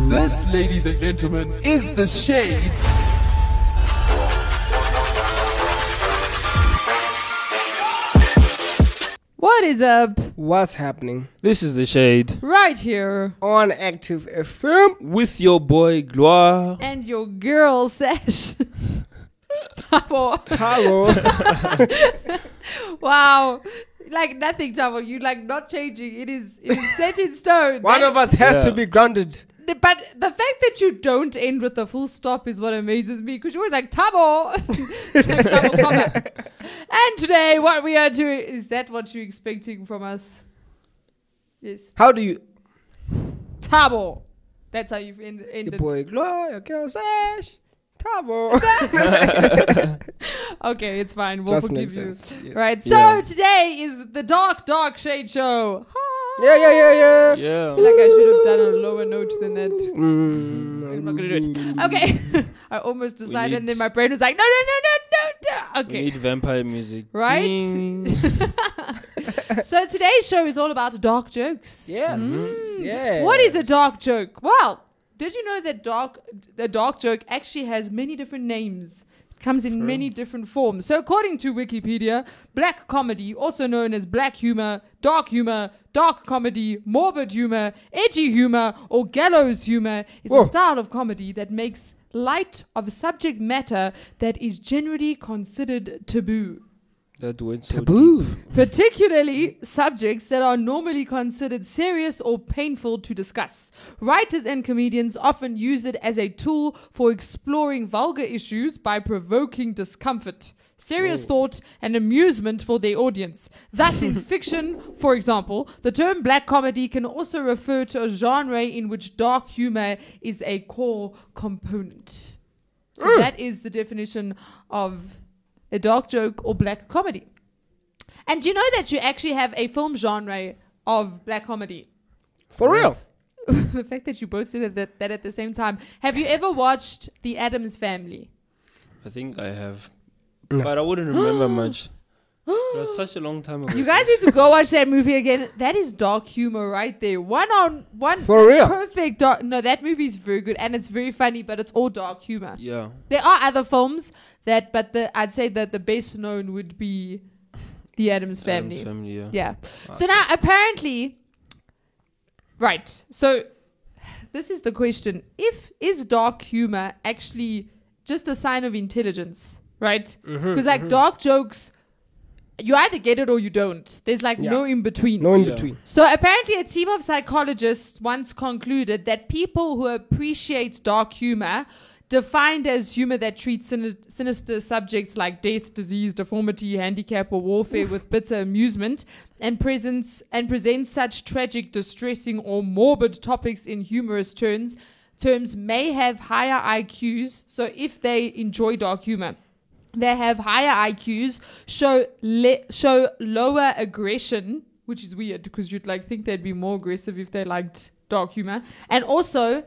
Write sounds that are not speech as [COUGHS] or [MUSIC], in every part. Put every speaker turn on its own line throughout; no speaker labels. This, ladies and gentlemen, is the shade.
What is up?
What's happening
This is The Shade
Right here.
on Active FM?
with your boy Gloire.
And your girl Sesh. [LAUGHS] Tabo. [LAUGHS]
Hello.
Wow. Like nothing, Tabo. You like not changing. It is it is set in stone.
One
That-
of us has
Yeah.
to be
[LAUGHS]
grounded.
But the fact that you don't end with a full stop is what amazes me because you're always like Tabo. [LAUGHS] Like, Tabo, comma. and today, what we are doing is that what you're expecting from us? Yes.
How do you,
Tabo. That's how you've end,
your
ended.
boy Gloria Girl Sash
[LAUGHS]
[LAUGHS] Tabo?
Okay, it's fine. We'll
Just
forgive
makes
you.
sense. Yes.
Right. So
Yeah.
today is the Dark Dark Shade Show. Ah.
Yeah, yeah, yeah, yeah.
Yeah.
Like I should have done a lower note than that.
Mm,
I'm not gonna do it. Okay. [LAUGHS] I almost decided, and
need-
then my brain was like, no, no, no, no, no, no.
We
Okay.
need vampire music.
Right?
Ding.
[LAUGHS] so today's show is all about dark jokes.
Yes. Mm-hmm. Yeah.
Mm. What is a dark joke? Well, did you know that dark the dark joke actually has many different names? It comes in many different forms. So according to Wikipedia, black comedy, also known as black humor, dark humor, dark comedy, morbid humor, edgy humor, or gallows humor, is
Whoa.
a style of comedy that makes light of a subject matter that is generally considered taboo
that went so
Taboo.
deep.
particularly subjects that are normally considered serious or painful to discuss. Writers and comedians often use it as a tool for exploring vulgar issues by provoking discomfort. Serious thought and amusement for their audience. Thus, in fiction, for example, the term black comedy can also refer to a genre in which dark humor is a core component. So, that is the definition of a dark joke or black comedy. And do you know that you actually have a film genre of black comedy? [LAUGHS]
For real?
the fact that you both said that, that at the same time. Have you ever watched The Adams
[GASPS]
Family?
I think I have.
No.
But I wouldn't
[GASPS]
remember much. It was such a long time ago.
You guys need to go watch that movie again. That is dark humor right there. One on one.
For real?
Perfect dark. No, that movie is very good and it's very funny, but it's all dark humor.
Yeah.
There are other films that, but the I'd say that the best known would be The Adams Family.
Addams family, yeah.
Yeah. So now apparently right. So this is the question. If is dark humor actually just a sign of intelligence, right? Because
Mm-hmm. Mm,
like dark jokes you either get it or you don't. There's like
Yeah.
no in between.
No in
Yeah.
between.
So apparently, a team of psychologists once concluded that people who appreciate dark humor, defined as humor that treats sin- sinister subjects like death, disease, deformity, handicap, or warfare with bitter amusement, and presents and presents such tragic, distressing, or morbid topics in humorous turns, terms may have higher IQs. So if they enjoy dark humor they have higher IQs, show le- show lower aggression, which is weird because you'd like think they'd be more aggressive if they liked dark humor, and also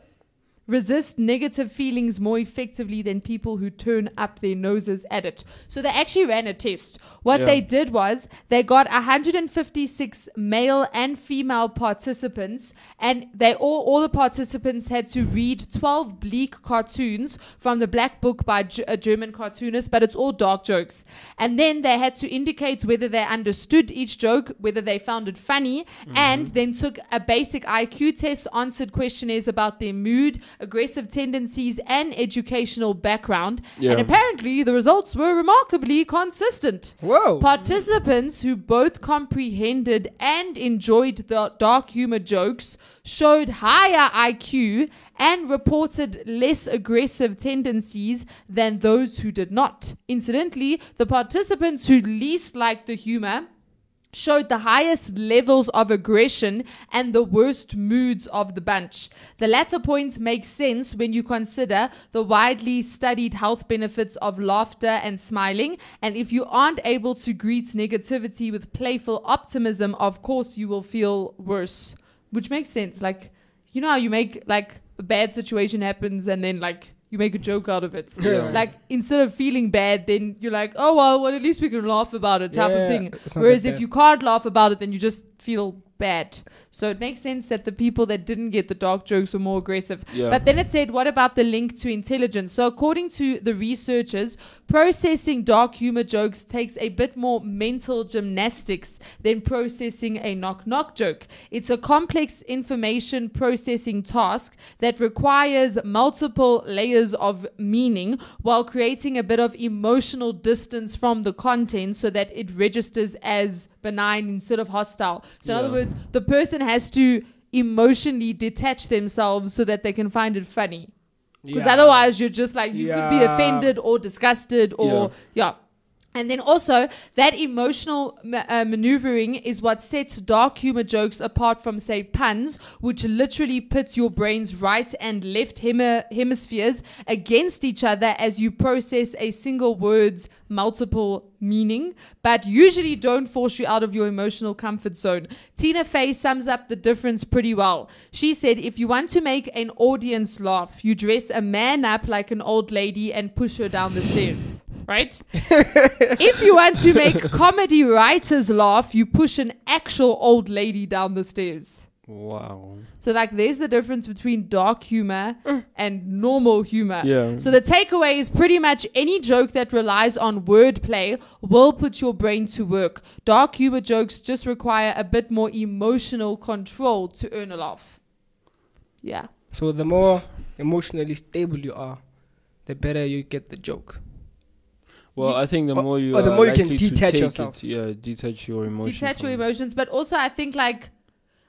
resist negative feelings more effectively than people who turn up their noses at it. So they actually ran a test. What
Yeah.
they did was they got 156 male and female participants and they all all the participants had to read 12 bleak cartoons from the black book by G- a German cartoonist but it's all dark jokes. And then they had to indicate whether they understood each joke, whether they found it funny and then took a basic IQ test, answered questionnaires about their mood, aggressive tendencies and educational background. And
Yeah.
apparently the results were remarkably consistent.
Whoa.
Participants who both comprehended and enjoyed the dark humor jokes showed higher IQ and reported less aggressive tendencies than those who did not. Incidentally, the participants who least liked the humor showed the highest levels of aggression and the worst moods of the bunch. The latter point makes sense when you consider the widely studied health benefits of laughter and smiling, and if you aren't able to greet negativity with playful optimism, of course you will feel worse, which makes sense. Like, you know how you make like a bad situation happens and then like you make a joke out of it.
Yeah.
Like instead of feeling bad, then you're like, oh well, well at least we can laugh about it type of
Yeah,
thing.
it's not that
Whereas if
bad.
you can't laugh about it, then you just feel bad. So it makes sense that the people that didn't get the dark jokes were more aggressive.
Yeah.
But then it said, what about the link to intelligence? So according to the researchers, processing dark humor jokes takes a bit more mental gymnastics than processing a knock knock joke. It's a complex information processing task that requires multiple layers of meaning while creating a bit of emotional distance from the content so that it registers as benign instead of hostile. So in other
Yeah.
words, the person has to emotionally detach themselves so that they can find it funny. Because
Yeah.
otherwise, you're just like, you could be
Yeah.
offended or disgusted or, yeah. And then also, that emotional ma- uh, maneuvering is what sets dark humor jokes apart from, say, puns, which literally pits your brain's right and left hemi- hemispheres against each other as you process a single word's multiple meaning, but usually don't force you out of your emotional comfort zone. Tina Fey sums up the difference pretty well. She said, If you want to make an audience laugh, you dress a man up like an old lady and push her down the stairs. Right? if you want to make comedy writers laugh, you push an actual old lady down the stairs.
Wow.
So, like, there's the difference between dark humor and normal humor.
Yeah.
So, the takeaway is pretty much any joke that relies on wordplay will put your brain to work. Dark humor jokes just require a bit more emotional control to earn a laugh. Yeah.
So the more emotionally stable you are, the better you get the joke.
Well, I think the
Or-
more you
or Oh, the
are
more you can
likely to
detach
take
yourself.
It, yeah, detach your emotions.
detach your emotions but also i think like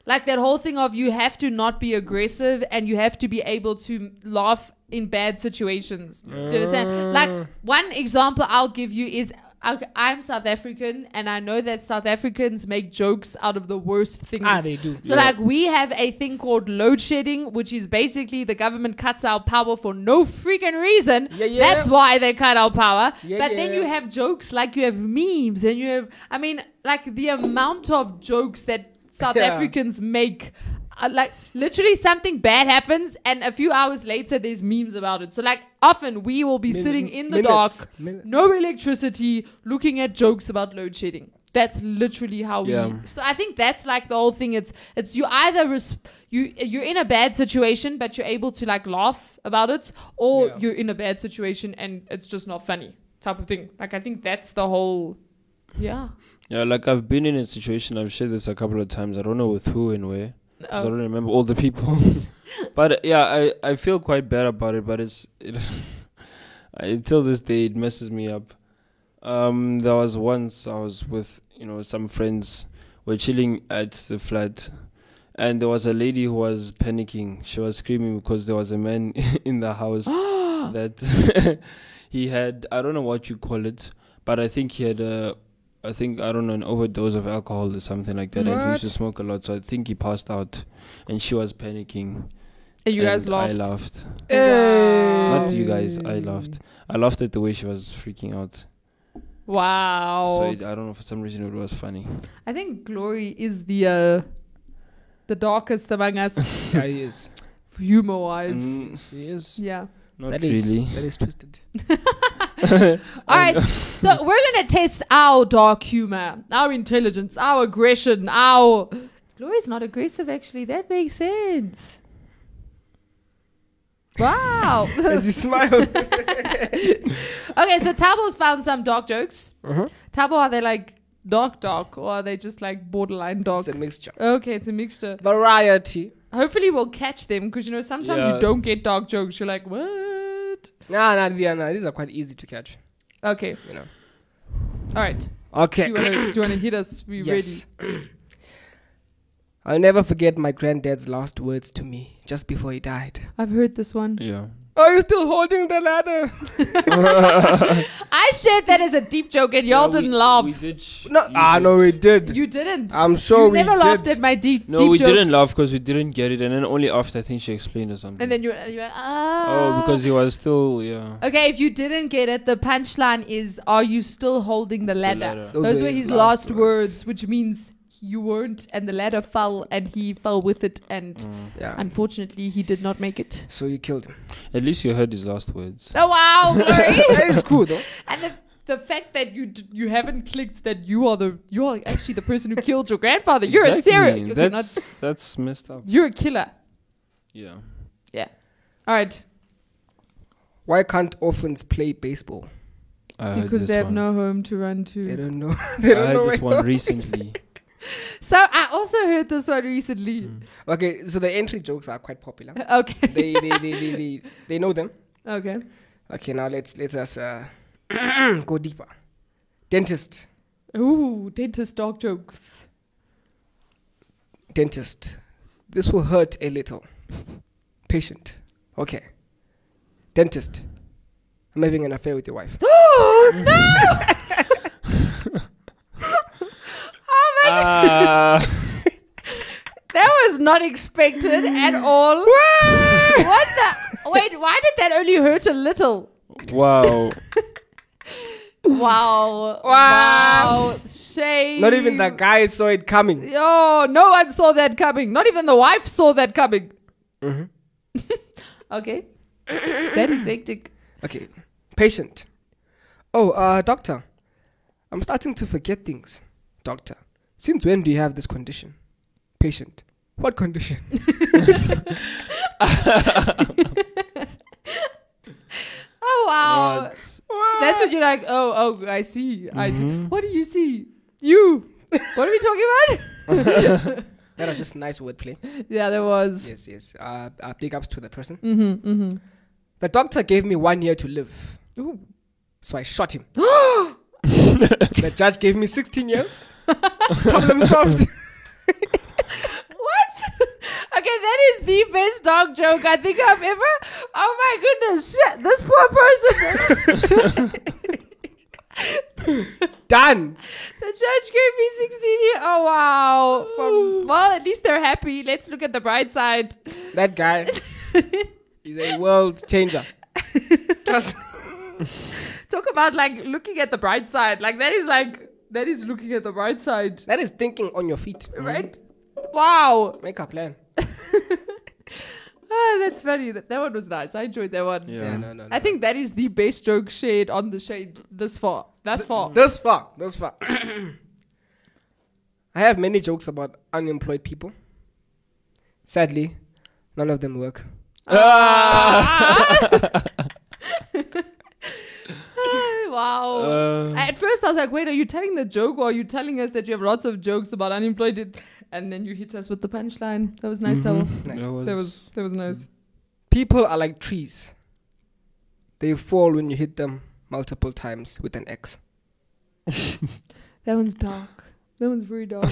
like that whole thing of you have to not be aggressive and you have to be able to laugh in bad situations do you understand like one example i'll give you is I- I'm South African, and I know that South Africans make jokes out of the worst things.
Ah, they do.
So,
Yeah.
like, we have a thing called load shedding, which is basically the government cuts our power for no freaking reason.
Yeah, yeah.
That's why they cut our power.
Yeah,
but then
yeah.
you have jokes like you have memes and you have, I mean, like the amount of jokes that South
[LAUGHS] Yeah.
Africans make. uh, like literally something bad happens and a few hours later there's memes about it so like often we will be
Min-
sitting in the
minutes.
dark
[LAUGHS] Minutes.
no electricity, looking at jokes about load shedding. That's literally how we.
Yeah.
So I think that's like the whole thing. It's it's you either res- you you're in a bad situation, but you're able to like laugh about it, or
Yeah.
you're in a bad situation and it's just not funny type of thing. Like I think that's the whole. Yeah.
Yeah, like I've been in a situation. I've shared this a couple of times. I don't know with who and where. 'cause I
Oh.
don't remember all the people. [LAUGHS] but uh, yeah, I I feel quite bad about it. But it's it, [LAUGHS] until this day it messes me up. Um, there was once I was with you know some friends. We're chilling at the flat, and there was a lady who was panicking. She was screaming because there was a man [LAUGHS] in the
[GASPS]
house that [LAUGHS] he had I don't know what you call it, but I think he had a I think I don't know an overdose of alcohol or something like that, and he used to
What?
smoke a lot. So I think he passed out, and she was panicking.
And you guys
and I
laughed.
laughed.
Wow.
Not you guys. I
Mm.
laughed. I laughed at the way she was freaking out.
Wow.
So
Oh.
it, I don't know for some reason it was funny.
I think glory is the uh, the darkest among us, [LAUGHS]
Yeah, he is.
humor wise.
Mm,
She is.
Yeah.
not
That is- [LAUGHS]
really.
that is twisted.
All right, [LAUGHS] so we're gonna test our dark humor, our intelligence, our aggression, our. Glory's not aggressive, actually. That makes sense. [LAUGHS] Wow.
As he smiled.
okay, so Tabo's found some dark jokes.
uh-huh.
Tabo, are they like dark, dark, or are they just like borderline dark?
It's a mixture.
okay, it's a mixture.
Uh, Variety.
Hopefully, we'll catch them because you know sometimes
Yeah.
you don't get dark jokes. You're like, what?
Nah, nah, yeah, nah. These are quite easy to catch.
Okay,
You know.
all right. Do
Okay.
you wanna do you wanna hit us? We ready?
Yes. I'll never forget my granddad's last words to me just before he died.
I've heard this one.
Yeah.
Are you still holding the ladder?
I shared that as a deep joke and y'all
Yeah, we-
didn't laugh.
We did. sh-
No.
you
Ah,
did.
no, we did.
you didn't.
I'm sure
you
we
never
did.
laughed at my deep.
No,
deep
we
jokes.
didn't laugh because we didn't get it, and then only after I think she explained or something.
And then Oh, you were, you were ah.
oh, because he was still yeah.
Okay, if you didn't get it, the punchline is: Are you still holding the ladder?
ladder.
Those, were his last words. which means you weren't, and the ladder fell, and he fell with it, and
Yeah.
unfortunately, he did not make it.
So you killed him.
At least you heard his last words.
Oh wow, glory!
That is cool though.
and the the fact that you d- you haven't clicked that you are the you are actually the person who killed your grandfather. You're
Exactly.
a serial. okay, not-
That's that's messed up.
you're a killer.
Yeah.
All right,
Why can't orphans play baseball?
I heard
because
Uh, this
they have
one.
no home to run to.
They don't know. [LAUGHS]
[LAUGHS]
they don't
I
know
heard this
where-
one recently. [LAUGHS]
So I also heard this one recently.
Okay, so the entry jokes are quite popular.
[LAUGHS] Okay.
they, they, they, they, they, they know them.
okay.
Okay, now let's let us uh, [CLEARS THROAT] go deeper. Dentist,
Ooh, dentist dog jokes.
[GASPS] dentist. This will hurt a little. Patient. Okay. Dentist. I'm having an affair with your wife.
[LAUGHS] Oh no! oh my god,
Ah,
that was not expected at all. what the? Wait, why did that only hurt a little? [LAUGHS]
wow.
Wow!
Wow.
Wow! Shame.
Not even the guy saw it coming.
Oh, no one saw that coming. Not even the wife saw that coming.
Mhm.
okay. that is hectic. [LAUGHS]
Okay. Patient. Oh, uh, doctor. I'm starting to forget things. Doctor. Since when do you have this condition? Patient. What condition?
Oh wow!
What?
That's what you're like. Oh, oh, I see. I d-
Mm-hmm.
What do you see? You. what are we talking
That was just nice wordplay.
about? [LAUGHS] yeah, there was.
Yes, yes. Uh, uh, big ups to the person.
Mm-hmm.
The doctor gave me one year to live,
Mm-hmm.
so I shot him. the judge gave me 16 years. Problem solved.
What? [LAUGHS] okay, that is the best dog joke I think I've ever. Oh my goodness! Shit, this poor person. [LAUGHS]
Done.
the judge gave me 16 years. Oh wow!
[SIGHS]
From, well, at least they're happy. Let's look at the bright side.
That guy is a world changer. Trust me.
Talk about like looking at the bright side. Like that is like that is looking at the bright side,
That is thinking on your feet. Mm-hmm.
right? Wow. [LAUGHS]
Make a plan.
Ah, that's funny. That, that one was nice. I enjoyed that one.
Yeah.
Yeah, no, no, no.
I think that is the best joke shared on the shade this far.
[LAUGHS]
Thus far.
This far, this far. [CLEARS THROAT] I have many jokes about unemployed people. Sadly, none of them work.
Ah, [LAUGHS] wow.
Uh,
At first, I was like, wait, are you telling the joke or are you telling us that you have lots of jokes about unemployed? And then you hit us with the punchline. That was nice, Tabo.
Nice.
mm-hmm. that
That was, that was nice.
People are like trees. They fall when you hit them multiple times with an axe.
That one's dark. That one's very dark.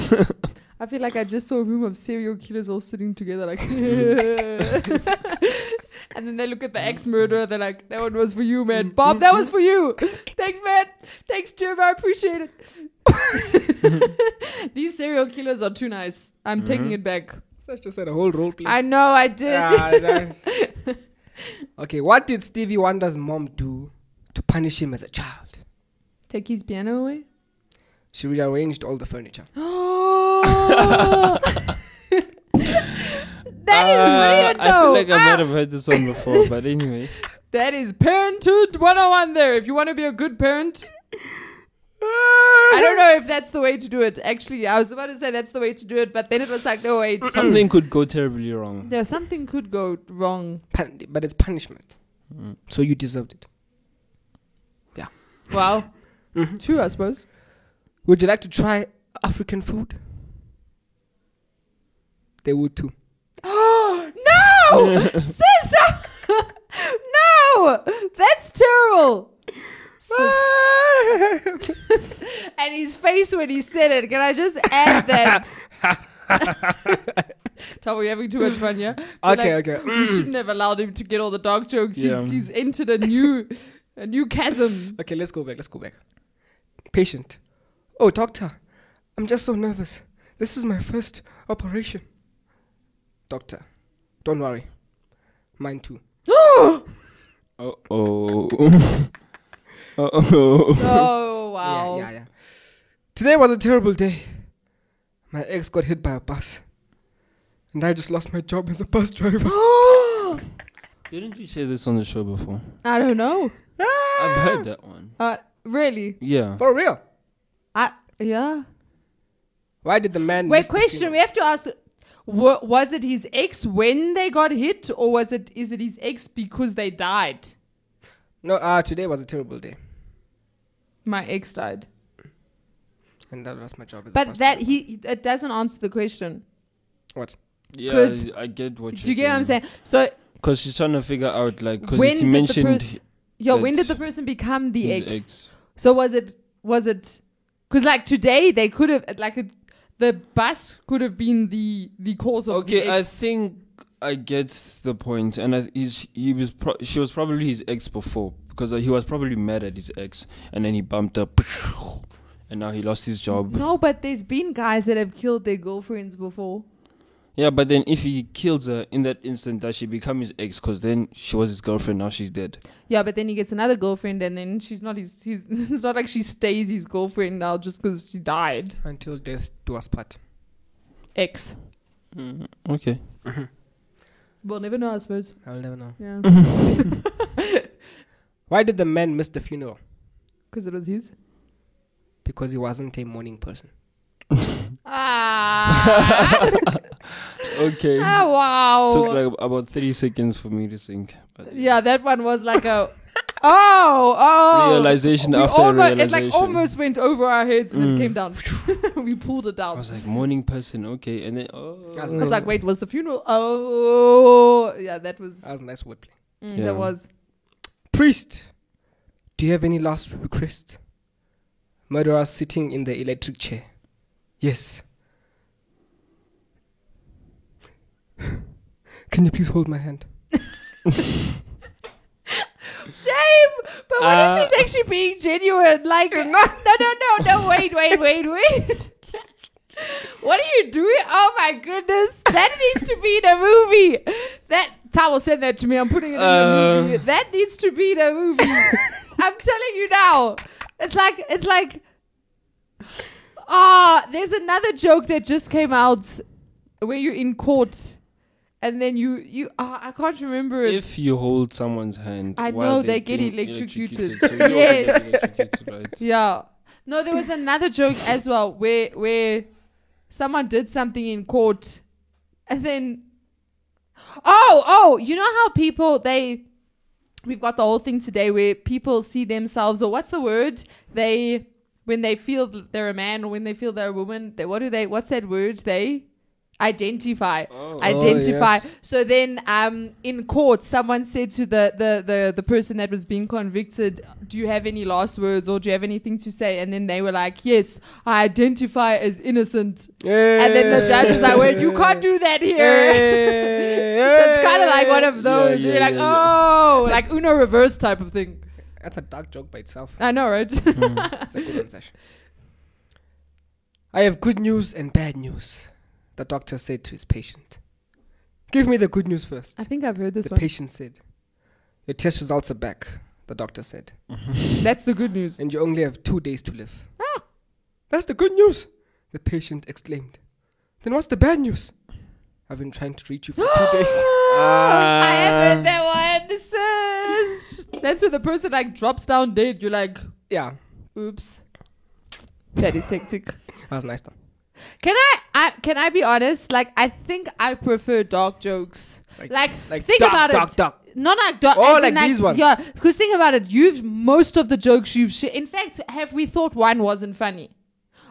I feel like I just saw a room of serial killers all sitting together, like. and then they look at the ex murderer. They're like, "That one was for you, man. Bob, that was for you. Thanks, man. Thanks, Jim. I appreciate it." These serial killers are too nice. I'm taking
Mm-hmm.
it back.
Such just said a whole role play. [LAUGHS]
I know I did.
Ah, nice. okay, what did Stevie Wonder's mom do to punish him as a child?
[LAUGHS] Take his piano away. [GASPS]
She rearranged all the furniture.
that is
Uh, I feel
weird, though. Ah!
like I might have heard this one before, but
[LAUGHS]
anyway.
That is parenthood 101 there. If you want to be a good parent, I don't know if that's the way to do it. Actually, I was about to say that's the way to do it, but then it was like, no, wait.
Something could go terribly wrong.
Yeah, something could go wrong.
Pun- but it's punishment. So you deserved it.
Wow. True, I suppose. [GASPS]
Would you like to try African food? They would too.
Oh, no! Sister! [LAUGHS] no! That's terrible! Sis- [LAUGHS] and his face when he said it. Can I just add that? Tom, we're having too much fun, yeah? We're
Okay,
like, mm.
okay.
We shouldn't have allowed him to get all the dog jokes.
Yeah.
He's, he's entered a new a new
[GASPS]
chasm. [GASPS]
Okay, let's go back. Let's go back. Patient. Oh, doctor, I'm just so nervous. This is my first operation. Doctor, don't worry. Mine too.
Uh
[LAUGHS]
oh. uh oh. [LAUGHS]
Oh wow.
Yeah, yeah, yeah. Today was a terrible day. My ex got hit by a bus. And I just lost my job as a bus [LAUGHS] driver.
Didn't you say this on the show before?
[GASPS] I don't know.
Ah!
I've heard that one.
Uh, Really?
Yeah.
For real.
I yeah.
Why did the man?
Wait,
miss the
question. We
female?
have to ask. Wa was it his ex when they got hit, or was it is it his ex because they died?
No, ah, today was a terrible day,
My ex died,
and that was my job. As a
but
pastor.
that he it doesn't answer the question.
what?
Yeah,
'Cause-
I get what you're
Do you get what I'm saying? So
Because she's trying to figure out, like,
when
because he
did the
mentioned
person? Yeah, when did
that
the person become the
his
ex? So was it was it? Because like today they could have like it, the bus could have been the the cause of
Okay,
the
I
ex.
think I get the point, and I, th- he's, he was pro- she was probably his ex before because uh, he was probably mad at his ex, and then he bumped up, [LAUGHS] and now he lost his job.
no, but there's been guys that have killed their girlfriends before.
Yeah, but then if he kills her in that instant, does she become his ex? Because then she was his girlfriend, now she's dead.
Yeah, but then he gets another girlfriend, and then she's not his. his [LAUGHS] it's not like she stays his girlfriend now just because she died.
Until death do us part.
Ex.
Okay.
We'll never know, I suppose.
I'll never know.
Yeah, [LAUGHS]
Why did the man miss the funeral?
because it was his.
Because he wasn't a morning person.
[LAUGHS]
Ah, [LAUGHS]
Okay.
ah, wow.
Took like ab- about three seconds for me to think. But
yeah, that one was like a. [LAUGHS] Oh, oh.
Realization
We
after
almo-
realization.
It like almost went over our heads and
Mm.
then came down. [LAUGHS] we pulled it
I
down.
was like morning person, okay, and then oh,
That's
I was like, wait, was the funeral? Oh, yeah, that was.
That was nice wordplay.
mm,
Yeah.
That was.
Priest, do you have any last request? Murderer sitting in the electric chair. Yes. [LAUGHS] Can you please hold my hand?
Shame! But what
Uh,
if he's actually being genuine? Like, no, no, no, no, wait, wait, wait, wait. [LAUGHS] what are you doing? Oh my goodness. That needs to be in a movie. That Towel said that to me. I'm putting it in the
Uh.
movie. That needs to be in a
[LAUGHS]
movie. I'm telling you now. It's like, it's like, ah, there's another joke that just came out where you're in court and then you, you, ah, I can't remember it.
if you hold someone's hand,
I
while
know, they get
being
electrocuted.
so you also get
[LAUGHS] Yes.
electrocuted, right?
Yeah. No, there was another joke as well where where someone did something in court and then Oh, oh, you know how people they we've got the whole thing today where people see themselves or what's the word? They when they feel that they're a man or when they feel they're a woman, they what do they what's that word? They identify
Oh.
identify
yes.
so then um in court someone said to the, the the the person that was being convicted do you have any last words or do you have anything to say and then they were like yes i identify as innocent and then the judge was like well you can't do that here [LAUGHS] so it's kind of like one of those
Yeah,
you're
yeah,
like
yeah,
oh like uno reverse type of thing
That's a dark joke by itself.
i know right [LAUGHS]
That's a good one, Sash. I have good news and bad news, the doctor said to his patient. Give me the good news first.
i think i've heard this
the
one
patient said. Your test results are back, the doctor said.
that's the good news
and you only have two days to live. Ah, that's the good news, the patient exclaimed. Then what's the bad news? I've been trying to reach
[GASPS]
you for two days.
I have
Ah.
heard that one sis. That's when the person like drops down dead. You're like,
Yeah,
Oops. That is hectic.
that was nice though.
Can I, I can I be honest? Like I think I prefer dark jokes.
Like-
Like,
like
think
dark,
about
dark,
it.
dark.
Not like dark.
Oh,
as in,
like these ones.
Yeah, because think about it. You've most of the jokes you've shared. In fact, have we thought one wasn't funny?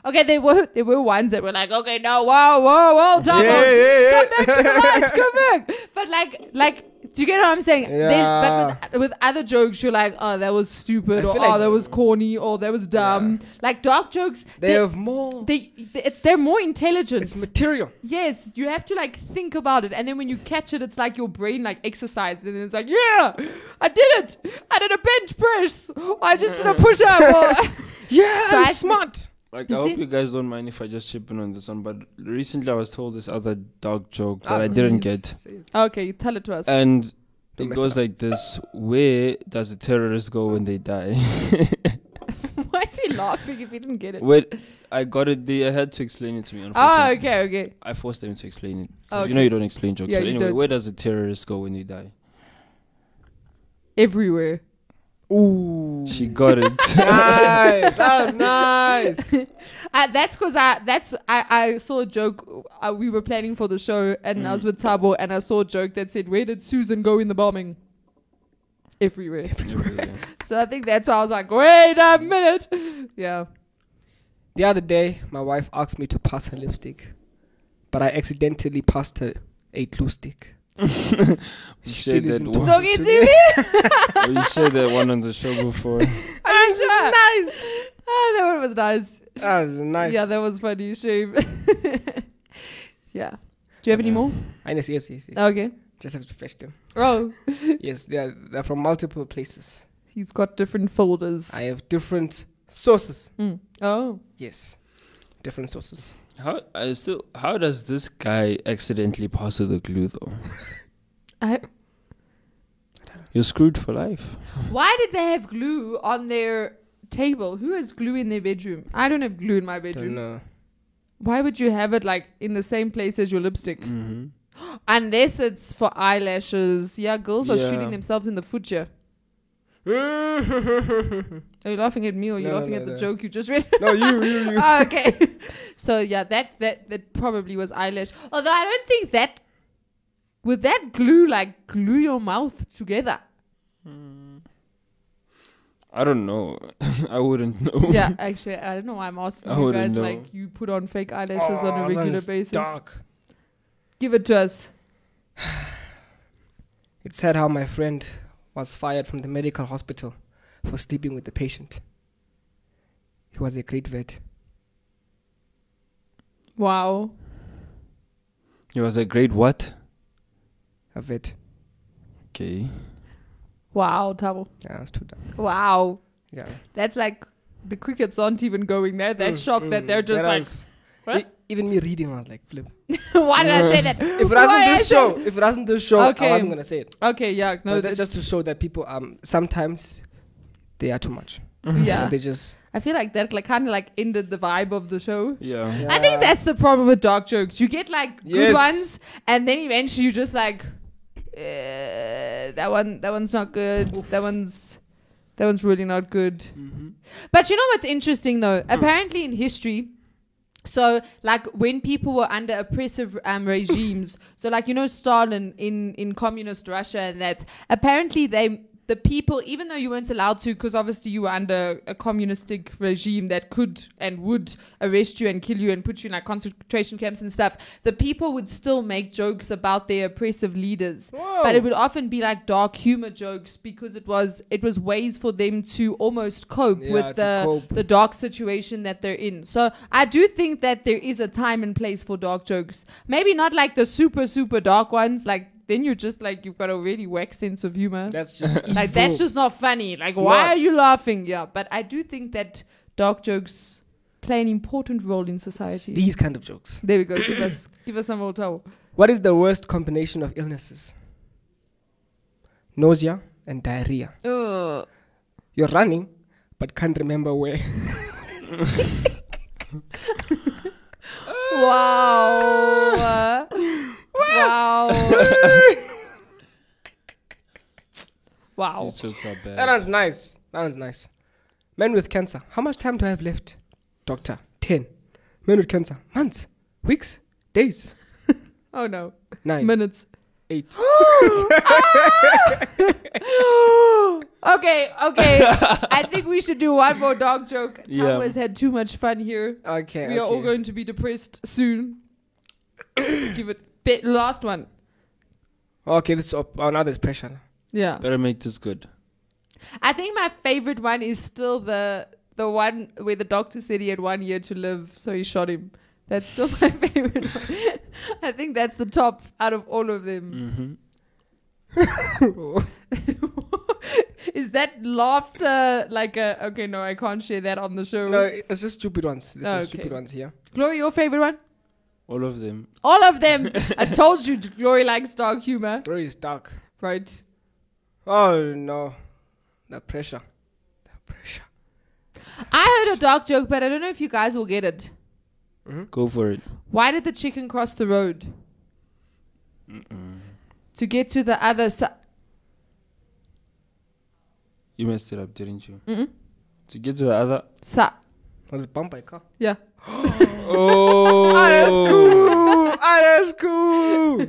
Okay, there were there were ones that were like, okay, no, whoa, whoa, whoa, Tom,
Yeah, yeah,
come back to the light, come back. But like, like, do you get what I'm saying? There's, but with, with other jokes, you're like, oh, that was stupid,
I
or
feel like-
oh, that was corny, or that was dumb. Like dark jokes,
They, have more.
they it's, they're more intelligent.
it's material.
yes, you have to like think about it, and then when you catch it, it's like your brain like exercised, and then it's like, yeah, I did it. I did a bench press. Or I just did a push up. Or
Yeah,
So
I'm
I-
smart.
Like,
You
I hope
see?
you guys don't mind if I just chip in on this one, but recently I was told this other dark joke that
Ah,
I didn't
say it,
get,
say it.
[LAUGHS] okay, tell it to us.
and
Don't
it
mess
goes
it
like this: Where does a terrorist go when they die?
[LAUGHS] Why is he laughing if he didn't get it?
Wait, I got it. They had to explain it to me.
oh,
Unfortunately.
okay, okay.
I forced them to explain it. 'Cause
Okay.
You know you don't explain jokes.
Yeah,
but
you
anyway,
don't.
where does a terrorist go when they die?
Everywhere.
Ooh.
She got [LAUGHS] it.
nice.
[LAUGHS]
That was nice.
Uh, that's because I that's I, I saw a joke. Uh, we were planning for the show, and I was with Tabo, and I saw a joke that said, "Where did Susan go in the bombing?" Everywhere.
Everything. [LAUGHS]
so I think that's why I was like, "Wait a minute." Yeah.
The other day, my wife asked me to pass her lipstick, but I accidentally passed her a glue stick.
We
She
shared
still
that
isn't
one.
Talking
talking.
to me.
we shared that one on the show [LAUGHS] before.
I was
[LAUGHS]
nice. Ah, that one was nice.
That was nice.
Yeah, that was funny. Shame. [LAUGHS] yeah. Do you have any
Yeah.
more?
I yes, yes, yes. yes.
Okay.
Just have to fetch them.
Oh,
Yes, they are, they're from multiple places.
he's got different folders.
I have different sources.
Mm. Oh.
Yes, different sources.
How I still how does this guy accidentally pass her the glue though?
I,
You're screwed for life.
why did they have glue on their table? Who has glue in their bedroom? I don't have glue in my
Don't
bedroom. [LAUGHS]
know.
Why would you have it like in the same place as your lipstick?
Mm-hmm.
Unless it's for eyelashes. Yeah, girls are
Yeah.
shooting themselves in the foot here.
no,
Are you laughing at me or are you
No, no,
laughing
no,
at the
no.
joke you just read?
you,
[LAUGHS]
you, you.
oh, okay. so yeah, that that that probably was eyelash. Although I don't think that would that glue like glue your mouth
[LAUGHS]
together.
I don't know. [LAUGHS] I wouldn't know. [LAUGHS]
yeah, actually, I don't know why I'm asking
I
you
wouldn't
guys.
know.
Like you put on fake eyelashes on a
Oh, that
regular
is
basis.
Dark.
Give it to us.
It said how my friend was fired from the medical hospital for sleeping with the patient. He was a great vet.
Wow.
It was a great what?
A vet.
Okay.
Wow, Tabo.
Yeah, it's too dark.
Wow.
Yeah.
That's like the crickets aren't even going there. That
Mm,
shocked that they're just like,
like. e-, Even me reading, I was like, flip.
[LAUGHS] why did I say that?
[LAUGHS] If it
Why
wasn't
I
this
said-
show, if it wasn't this show,
Okay.
I wasn't gonna say it.
Okay, yeah, no,
No, but that's just to show that people um sometimes they are too much.
[LAUGHS]
[LAUGHS]
yeah.
They just
I feel like that like kind of like ended the vibe of the show.
Yeah.
I think
Yeah.
that's the problem with dark jokes. You get like good
Yes.
ones, and then eventually you just like eh, that one. That one's not good. That one's that one's really not good. But you know what's interesting though? Apparently in history. So, like, when people were under oppressive um, regimes, so like you know Stalin in in communist Russia, and that apparently they the people, even though you weren't allowed to, because obviously you were under a communistic regime that could and would arrest you and kill you and put you in like concentration camps and stuff, the people would still make jokes about their oppressive leaders, but
Oh.
it would often be like dark humor jokes because it was it was ways for them to almost cope
Yeah,
with
to
the
cope.
the dark situation that they're in. So I do think that there is a time and place for dark jokes. Maybe not like the super super dark ones. Like then you're just like you've got a really whack sense of humor.
[LAUGHS] that's just
like that's just not funny. Like
It's
why
not.
are you laughing? Yeah, but I do think that dark jokes play an important role in society.
these kind of jokes.
there we go. Give us give us some more towel.
What is the worst combination of illnesses? Nausea and diarrhea.
Ugh.
You're running, but can't remember
[LAUGHS]
where. [LAUGHS]
Wow. wow. wow.
These jokes are bad.
That one's nice. That one's nice. Men with cancer. How much time do I have left? Doctor. Ten. Men with cancer. Months. Weeks. Days.
Oh no. [LAUGHS]
Nine.
Minutes.
eight.
Okay, okay. I think we should do one more dog joke.
Yeah.
Tom has had too much fun here.
[LAUGHS] Okay.
we are all going to be depressed soon. [COUGHS] Give it bit last one.
Okay, this is up. Oh, now there's
[LAUGHS]
pressure.
Yeah.
Better make this good.
I think my favorite one is still the the one where the doctor said he had one year to live, so he shot him. That's still [LAUGHS] my favorite one. I think that's the top out of all of them.
Mm-hmm.
[LAUGHS] Is that laughter like a okay? No, I can't share that on the show.
No, it's just stupid ones. There's
Ah, Okay.
some stupid ones here.
Glory, your favorite one?
All of them.
All of [LAUGHS] them. I told you, Glory likes dark humor.
Very dark.
Right.
Oh no, the pressure. The pressure.
I heard a dark joke, but I don't know if you guys will get it. Hmm?
Go for it.
Why did the chicken cross the road? To get to the other side.
You messed it up, didn't you?
Mm-mm.
To get to the other.
Sa.
Was it bumped by a car? [GASPS]
Yeah.
Oh,
Ah, that's cool. ah, that's cool.
[LAUGHS]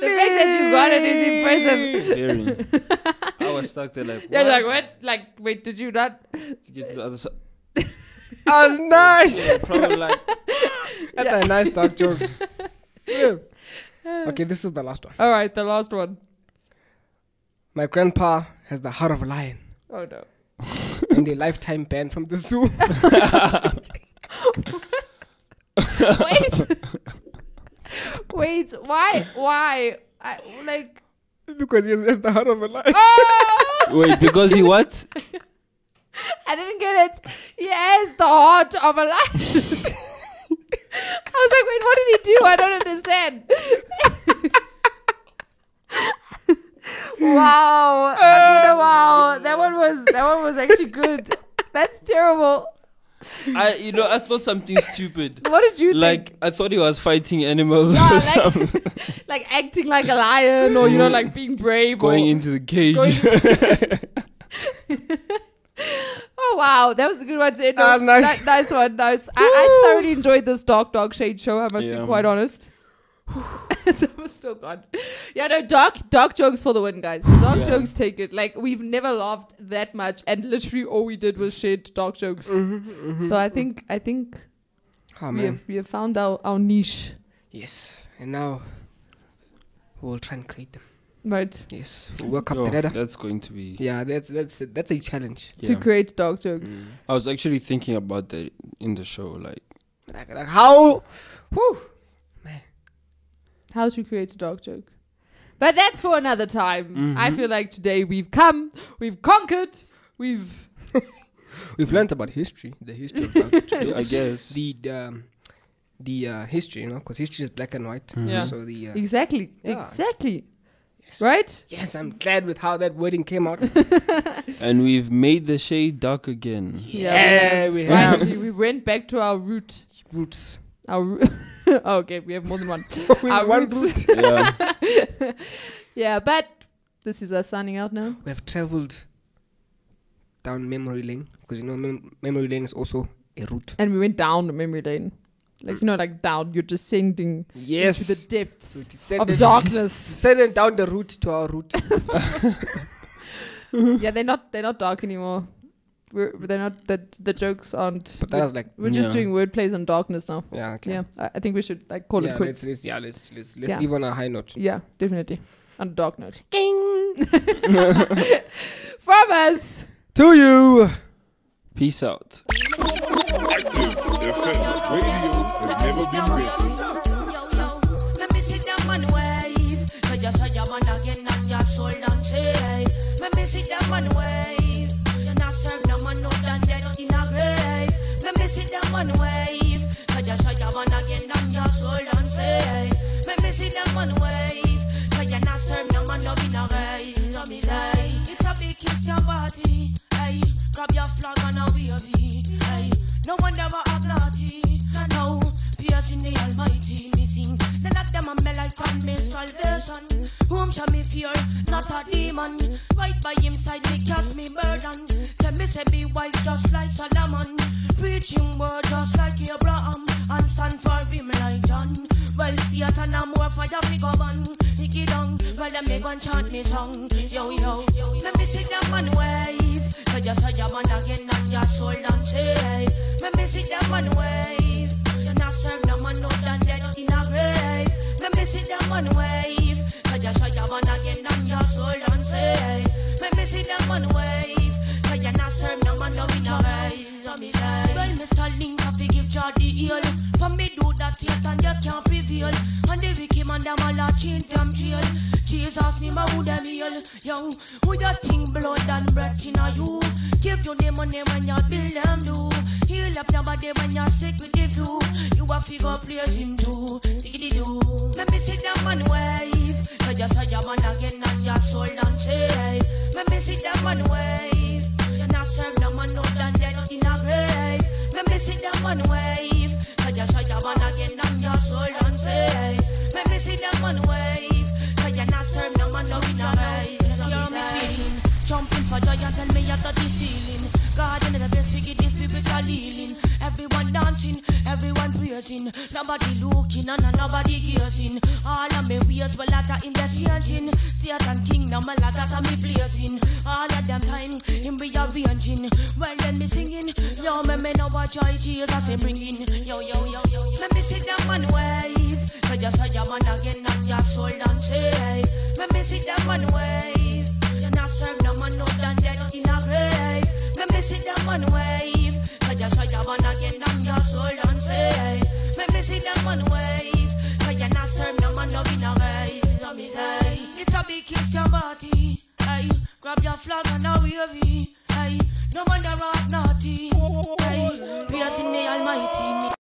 The fact that you got it is impressive.
Very. I was stuck there like.
Yeah, like
what?
what? Like wait, did you not?
To get to the other side.
That was nice.
Yeah, probably like.
That's a nice dark
[LAUGHS]
joke. Yeah. Okay, this is the last one.
All right, the last one.
My grandpa has the heart of a lion
Oh no.
and a lifetime ban from the zoo.
[LAUGHS]
[LAUGHS]
Wait. wait. Why? Why? I like.
because he has- has the heart of a lion. [LAUGHS]
Oh!
Wait, because he what?
I didn't get it. He has the heart of a lion. [LAUGHS] I was like, wait, what did he do? I don't understand. [LAUGHS] wow. Abuda, wow. That one was that one was actually good. That's terrible.
I, you know, I thought something stupid.
What did you
Like
think?
I thought he was fighting animals
Yeah,
or
like-
something,
Like acting like a lion or you know, like being brave
going
or
into the cage.
going
[LAUGHS]
[LAUGHS] Oh wow, that was a good one to end
That
Ah,
on.
was nice.
Ni- nice one, nice. I, I thoroughly enjoyed this Dark Dog Shade show. I must
Yeah.
be
[SIGHS]
quite honest. [LAUGHS] that was still gone. Yeah, no, dark dark jokes for the win, guys. Dark
Yeah.
jokes take it. Like we've never laughed that much, and literally all we did was shade dark jokes.
Mm-hmm.
So I think I think
oh
we
man,
have we have found our, our niche,
yes. And now we'll try and create them.
right?
Yes, we'll work up
Yo,
the ladder.
that's going to be.
Yeah, that's that's that's a challenge.
To
yeah. Mm.
create dark jokes.
I was actually thinking about that in the show.
[LAUGHS]
Like,
Like, like how? Whew.
how to create a dark joke. But that's for another time. I feel like today we've come, we've conquered, we've
We've learnt about history, the history
[LAUGHS]
of dark
I
jokes.
guess.
the the, um, the uh, history, you know, because history is black and white.
Mm-hmm.
Yeah.
So the uh,
exactly,
Yeah.
exactly,
yes.
right?
Yes, I'm glad with how that wording came
[LAUGHS]
out.
and we've made the shade dark again.
[LAUGHS]
yeah, we
Right,
have
we, we went back to our root. [LAUGHS]
roots.
Our root. okay, we have more than one.
We
Our
have one
roots.
root.
yeah.
yeah, but this is us signing out now.
We have traveled down memory lane because you know mem- memory lane is also a route.
And we went down memory lane, like you know, like down. You're descending
Yes,
into the
we
depths of
descended, [LAUGHS]
darkness.
descended down the route to our
[LAUGHS]
route.
yeah, they're not they're not dark anymore. We're, they're not the the jokes aren't.
But that was like
We're just
Yeah.
doing word plays on darkness now.
yeah, okay.
Yeah, I, I think we should like call
yeah,
it quits.
Let's, let's, yeah, let's let's let's
Yeah.
leave on a high note.
Yeah, definitely. On a dark note. [LAUGHS]
[LAUGHS]
From us.
To you.
Peace out.
Active FM radio has never been better.
Let me sit down and wave. Say you say your man again and your soul don't say. Let me sit down and wave. You not serve no man no than dead in a grave. Let me sit down and wave. Say you say your man again and your soul don't say. Let me sit down and wave. Say you not serve no man no in a grave. So me say it's a big kiss your body. Hey, grab your flag and a wavy. Hey, no wonder what I'm bloody. No, no, piercing the Almighty missing. They lock them on me like on me salvation. Whom shall me fear? Not a demon. Right by him side, me cast me burden. Tell me say be wise just like Solomon. Preaching word just like Abraham. And stand for him like John. Well, Satan and more fire fi go on. Nicky down, well them me go and chant me song. Yo yo, let me sit down and wave. So you say your man again and your soul don't say. Let me sit down and wave. You not serve no man no than dead in a grave. Let me sit down and wave. So you say your man again and your soul don't say. Let me sit down and wave. So you not serve no man no in a grave. So me say, well, Mr. Link, I fi give Jah the heel. For me do that yet and just can't prevail. And the wicked man them all a chain them jail. Jesus name a who them heal. Yo, who you think blood and breath in a you? Give you the money when you build them do. Heal up your body when you sick with the flu. You a fi go praise him too. Diggity do. Let me sit down and wave. Cause you say your man again and your soul don't say. Let me sit down and wave. You not serve no man no than dead in a grave. Let me sit down and wave. Cause you shut your one again and your soul don't say. Let me sit down and wave. Cause you not serve no man no in a grave. You're me feeling. Jumping For joy and tell me after this healing. God in the best we get this spiritual healing. Everyone dancing, everyone praising. Nobody looking and nobody hearing. All of me wears well out in the changing. Satan kingdom a lot of me blazing. All of them time in rearranging. When then me singing, yo me me know what joy Jesus is bringing. Yo yo yo yo. yo. Me me see them man wave. So just say your man again, not your soul and say. Me me see them man wave. You not serve no man no than dead in a grave. Me me see them man wave. So just say your man again, not your soul and say. Me me see them man wave. So you not serve no man no in a grave. So me say, it's a big kiss your body. Hey, grab your flag and now wavy. Hey, no man around naughty. Hey, praise in the Almighty.